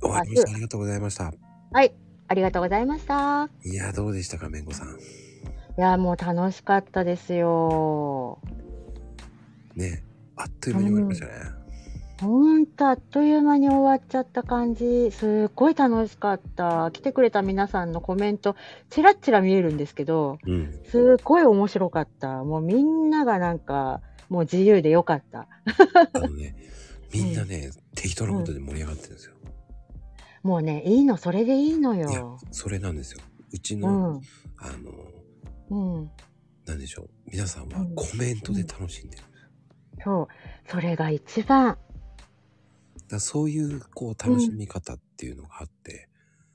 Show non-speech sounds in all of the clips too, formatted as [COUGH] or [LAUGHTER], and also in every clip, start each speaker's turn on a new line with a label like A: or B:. A: 終わりました。ありがとうございました。
B: はい。ありがとうございました。
A: いや、どうでしたか、めんこさん。
B: いや、もう楽しかったですよ。
A: ね。あっという間に終わりましたね。
B: ほんとあっという間に終わっちゃった感じ。すっごい楽しかった。来てくれた皆さんのコメント、ちらっちら見えるんですけど、
A: うん。
B: すっごい面白かった。もうみんながなんか、もう自由でよかった。
A: あのね、みんなね、適当なことで盛り上がってるんですよ。
B: もうね、いいの、それでいいの
A: いや
B: よ。、
A: それなんですよ。うち
B: う
A: の、
B: ん。
A: あの、
B: うん。
A: なんでしょう。皆さんは
B: うん
A: コメントで楽しんでる。
B: そう。それが一番。
A: だからそういう、こう、楽しみ方っていうのがあって、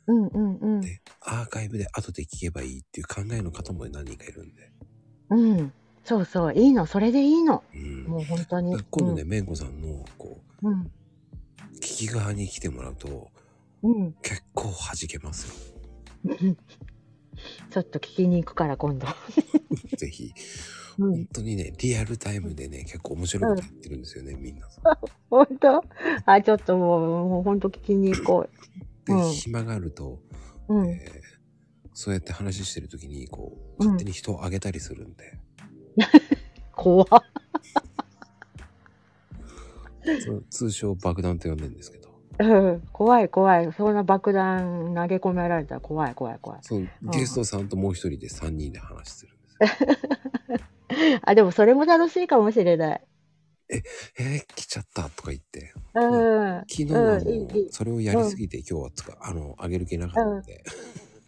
B: うんうんうん。
A: で、アーカイブで後で聞けばいいっていう考えの方も何人かいるんで。
B: うん。そうそう。いいの、それでいいの。
A: うん。
B: もう本当
A: だ
B: に
A: から。今度ね、めんこさんの、こう、
B: うん。
A: 聞き側に来てもらうと、
B: うん。
A: 結構弾けますよ。
B: うん。ちょっと聞きに行くから今度。
A: ぜひ。
B: う
A: 本。当にね、リアルタイムでね、結構面白いことやってるんですよね、みんな。
B: 本当あ、ちょっともう、もう本当聞きに行こ
A: で、
B: うん
A: 暇があると、
B: う。う
A: え
B: ん。
A: ーそうやって話してる時に、こう、
B: うん
A: 勝手に人をあげたりするんで、
B: 怖っ
A: そう通称爆弾と呼んでるんですけど、
B: うん。怖い怖い。そんな爆弾投げ込められたら怖い怖い怖い。
A: そのゲストさんともう一人で3人で話してるんですよ。
B: あ、でもそれも楽しいかもしれない。
A: えー、来ちゃったとか言って、
B: うん。
A: 昨日は
B: うんいい
A: も、
B: いうい
A: それをやりすぎて、今日はつか、あの、あげる気なかったんで、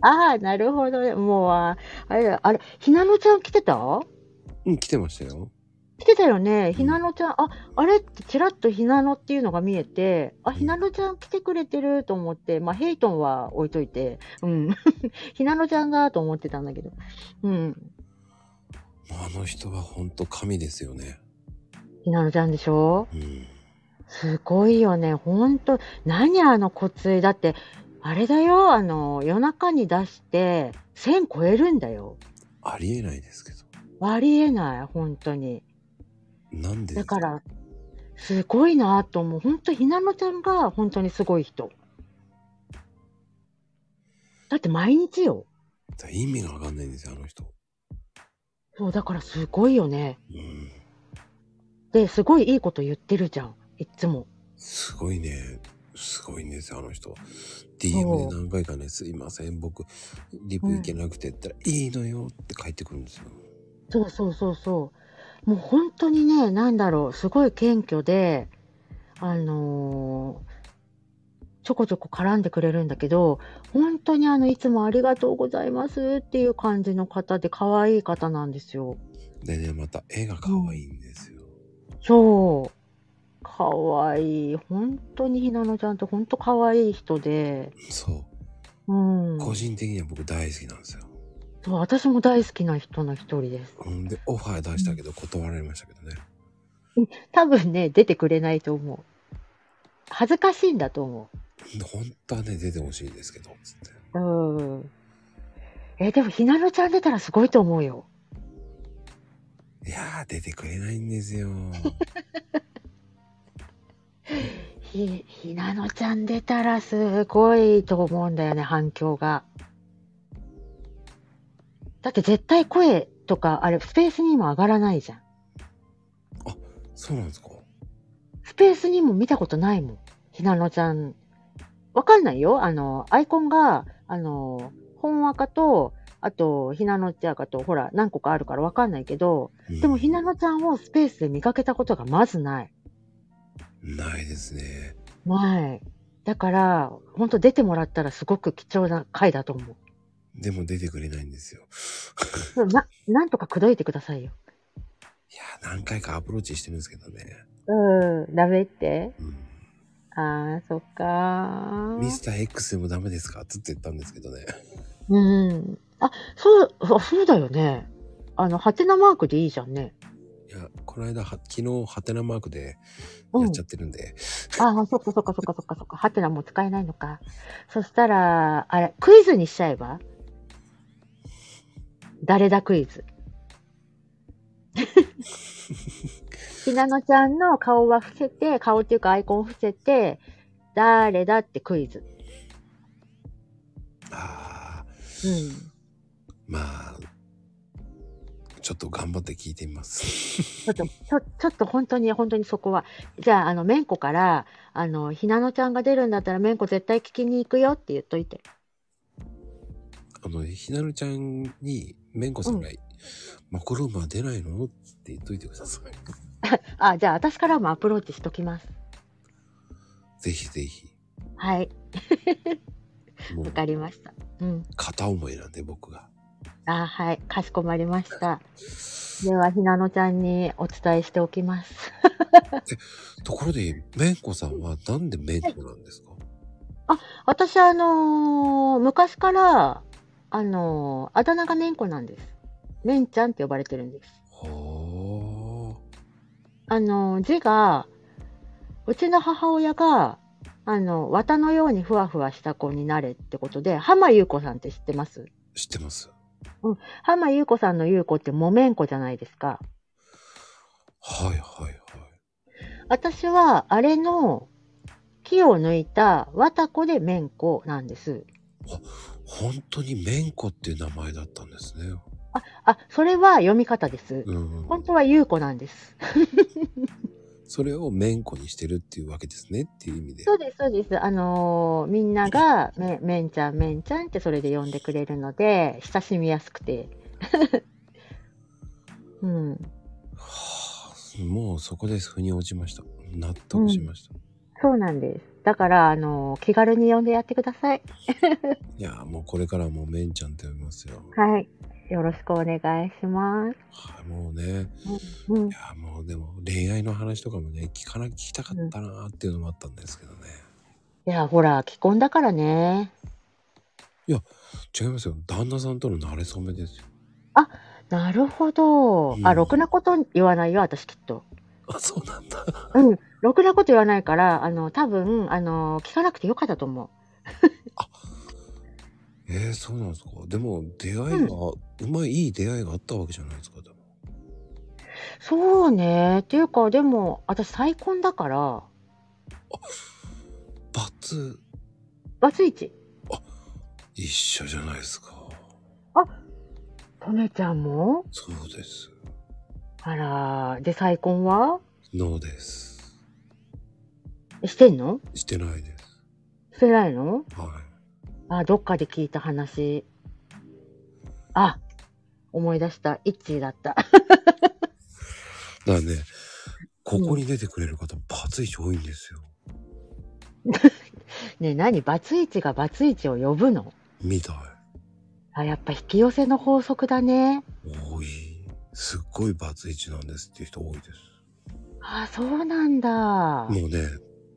B: ああ、なるほどね。もう、ああれだ、あれ、ひなのちゃん来てた
A: うん、来てましたよ。
B: 来てたよね。ひなのちゃん、あ、あれってちらっとひなのっていうのが見えて、あ、ひなのちゃん来てくれてると思って、まあ、ヘイトンは置いといて、うん。 [LAUGHS] ひなのちゃんだと思ってたんだけど。うん。
A: もうあの人は本当神ですよね。
B: ひなのちゃんでしょ
A: うん。
B: すごいよね。ほんと、何あの骨髄。だって、あれだよ、あの、夜中に出して、1000超えるんだよ。
A: ありえないですけど。
B: ありえない、本当に。
A: なんで
B: だから、すごいなと思う。本当、ひなのちゃんが本当にすごい人。だって毎日よ。
A: 意味がわかんないんですよ、あの人。
B: そう、だからすごいよね。
A: うん。
B: で、すごいいいこと言ってるじゃん。いっつも。
A: すごいね。すごいんですよ、あの人。
B: そ
A: DM
B: う
A: で何回かね、すいません、僕、リプいけなくてって言ったら、いいのよって帰ってくるんですよ。
B: そうそうそうそう。もう本当にね、なんだろう、すごい謙虚で、あのーちょこちょこ絡んでくれるんだけど、本当にあの、いつもありがとうございますっていう感じの方で、可愛い方なんですよ。
A: でね、また絵が可愛いんですよ。
B: そう。かわいい。本当にひなのちゃんって本当かわいい人で。
A: そうう。
B: ん。
A: 個人的には僕大好きなんですよ。
B: そう、私も大好きな人の一人です。
A: うんで、オファー出したけど断られましたけどね。
B: 多分ね、出てくれないと思う。恥ずかしいんだと思
A: 本当はね、出てほしいんですけど、つって。
B: う。うん。え、でもひなのちゃん出たらすごいと思うよ。
A: いやー、出てくれないんですよ。
B: ひ、ひなのちゃん出たらすごいと思うんだよね、反響が。だって絶対声とか、あれ、スペースにも上がらないじゃん。
A: そうなんですか
B: スペースにも見たことないもん。ひなのちゃん。わかんないよ。あの、アイコンが、あの、本赤と、あと、ひなのちゃんかと、ほら、何個かあるからわかんないけど、
A: うん
B: でもひなのちゃんをスペースで見かけたことがまずない。
A: ないですね。
B: ない。だから、ほんと出てもらったらすごく貴重な回だと思
A: でも出てくれないんですよ。
B: う。な、なんとか口説いてくださいよ。
A: いやー、何回かアプローチしてるんですけどね。
B: うん、ダメって
A: うん、
B: ああ、そっか
A: ミスター X でもダメですかつって言ったんですけどね。
B: うん。あ、そう、あそうだよね。あの、ハテナマークでいいじゃんね。
A: いや、この間は、昨日、ハテナマークで
B: うん
A: やっちゃってるんで、
B: ああ、そっかそっかそっかそっかそっか。ハテナもう使えないのか。そしたら、あれ、クイズにしちゃえば誰だクイズ。 [LAUGHS] ひなのちゃんの顔は伏せて、顔っていうかアイコン伏せて、誰だってクイズ。うん。
A: まあ、ちょっと頑張って聞いてみます。
B: ちょっと、ちょ、ちょっと本当に、本当にそこは。じゃあ、あの、めんこから、あの、ひなのちゃんが出るんだったら、めんこ絶対聞きに行くよって言っといて。
A: あの、ひなるちゃんに、めんこさんが、マコルームは出ないのって言っといてください。
B: あ、じゃあ、私からもアプローチしときます。
A: ぜひぜひ。
B: はい、
A: も
B: わ
A: う、
B: かりました。うん。
A: 片思いなんで僕が。
B: あ、はい、かしこまりました。では、ひなのちゃんにお伝えしておきます。
A: ところで、めんこさんはなんでめんこなんですか、
B: 私、あのー昔から、あのーあだ名がめんこなんです。めんちゃんって呼ばれてるんです。
A: は
B: あの、字が、うちの母親が、あの、綿のようにふわふわした子になれってことで、浜優子さんって知ってます
A: あ、知ってます。
B: 浜優子さんの優子って木綿子じゃないですか。
A: はいはいはい。
B: 私は、あれの、木を抜いた綿子で綿子なんです。
A: 本当にめんこっていう名前だったんですね。
B: あ、それは読み方です。
A: うん。
B: 本当は優子なんです。
A: それをめんこにしてるっていうわけですねっていう意味で。
B: そうです、そうです。あのーみんながめ、めんちゃん、めんちゃんってそれで呼んでくれるので、親しみやすくて。 [LAUGHS] うん。
A: はあ、もうそこで腑に落ちました。納得しました。
B: そうなんです。だから、あのー気軽に呼んでやってください。
A: いやあ、もうこれからもうめんちゃんって呼びますよ。
B: はい。よろしくお願いします。
A: はい、もうね。
B: うん
A: い。やあ、もうでも恋愛の話とかもね、聞かな、聞きたかったなーっていうのもあったんですけどね。
B: いや、ほら、既婚だからね。
A: 違いますよ。旦那さんとの馴れ初めですよ。 [LAUGHS]
B: なるほど。
A: うん
B: あ、ろくなこと言わないよ、私きっと。
A: あ、そうなんだ。
B: うん。ろくなこと言わないから、あの、多分、あの、聞かなくてよかったと思う。
A: えー、そうなんですか。でも出会いが、うまい、いい出会いがあったわけじゃないですか。でも
B: そうね。っていうか、でも、私再婚だから、
A: バツ
B: バツイチ。
A: 一緒じゃないですか。
B: とめちゃんも
A: そうです。
B: あらー、で、再婚は
A: ノーです。
B: してんの
A: してないです。
B: してないの
A: はい。
B: あ、どっかで聞いた話。あ、思い出した。イッチーだった。 [LAUGHS]
A: だからね、ここに出てくれる方、バツイチ多いんですよ。
B: ねえ、何バツイチがバツイチを呼ぶの
A: みたい。
B: あ、やっぱ引き寄せの法則だね。
A: 多い。すっごいバツイチなんですっていう人多いです。
B: あ、そうなんだ。
A: もうね、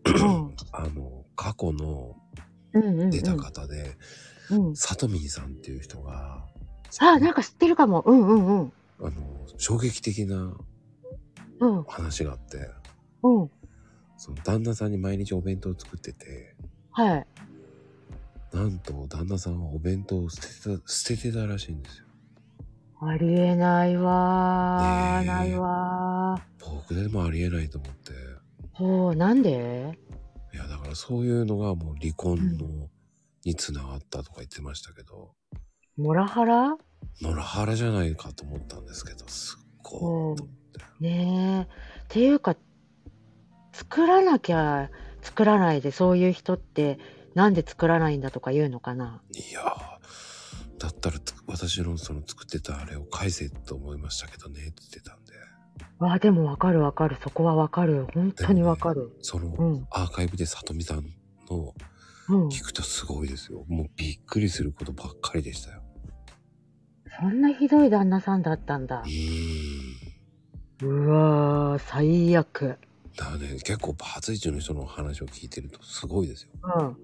B: うん。
A: [CLEARS THROAT] あの、過去の
B: うんうん、うん。
A: 出た方で、
B: うん。
A: さとみんさんっていう人が、
B: あ、なんか知ってるかも。うんうんうん。
A: あの、衝撃的な
B: うん
A: 話があって、
B: うん。
A: その旦那さんに毎日お弁当を作ってて、
B: はい。
A: なんと旦那さんはお弁当を捨ててた、捨ててたらしいんですよ。
B: ありえないわー。
A: ねえ
B: ないわ
A: 僕でもありえないと思って。
B: ー。そう、なんで
A: いや、だからそういうのがもう離婚の、につながったとか言ってましたけど、
B: モラハラ
A: モラハラじゃないかと思ったんですけど、すっごいと思って。
B: ねえ。っていうか、作らなきゃ作らないで、そういう人って、なんで作らないんだとか言うのかな。
A: いやー、だったらつ私のその作ってたあれを返せと思いましたけどねって言ってたんで、
B: わあ、でもわかるわかる。そこはわかる。本当にわかる。
A: そうの
B: ん。
A: アーカイブでさとみさんの
B: うん。
A: 聞くとすごいですよ。もうびっくりすることばっかりでしたよ。
B: そんなひどい旦那さんだったんだ
A: う。ーん。
B: うわー、最悪。
A: だからね、結構バツイチの人の話を聞いてるとすごいですよ。
B: うん。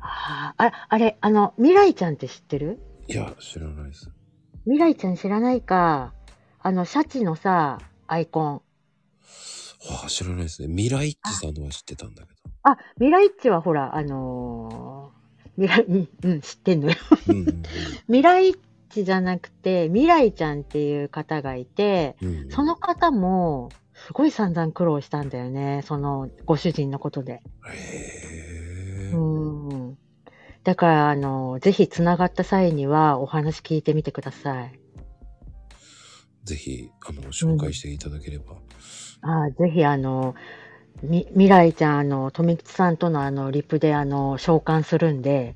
B: あーあ、あれ、あの、未来ちゃんって知ってる
A: いや、知らないです。
B: 未来ちゃん知らないか。あの、シャチのさ、アイコン。
A: はあ、知らないですね。ミライッチさんのは知ってたんだけ
B: あ、未来一はほら、あのー、未来、うん、うん、知ってんのよ。 [LAUGHS]
A: ど。うんうん
B: 未来一じゃなくて、未来ちゃんっていう方がいて、
A: うん、うんうん
B: [LAUGHS] その方も、すごい散々苦労したんだよね。その、ご主人のことで。
A: へえ
B: うーん。だから、あの、ぜひつながった際にはお話聞いてみてください。
A: ぜひ、あの、紹介していただければ。
B: ああ、ぜひ、あの、み、未来ちゃん、あの、富吉さんとのあの、リプで、あの、召喚するんで、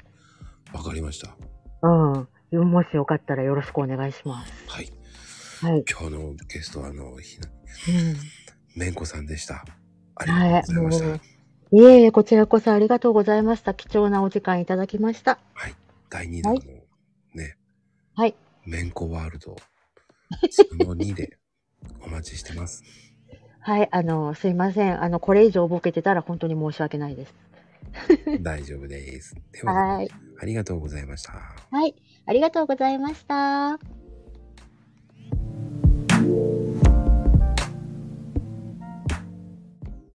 A: わ、かりました。
B: うん。もしよかったらよろしくお願いしま
A: はい。
B: す。はい。
A: 今日のゲストは、あの、ひな、
B: うん
A: めんこさんでした。あり
B: は
A: が
B: い
A: とうございました。
B: もういえいえ、こちらこそありがとうございました。貴重なお時間いただきました。
A: 第2弾の、ね。
B: はい。
A: めんこワールド、その2でお待ちしてます。
B: はい、あの、すいません。あの、これ以上ボケてたら本当に申し訳ないです。
A: 大丈夫です。では、
B: はい。
A: ありがとうございました。
B: はい。ありがとうございました。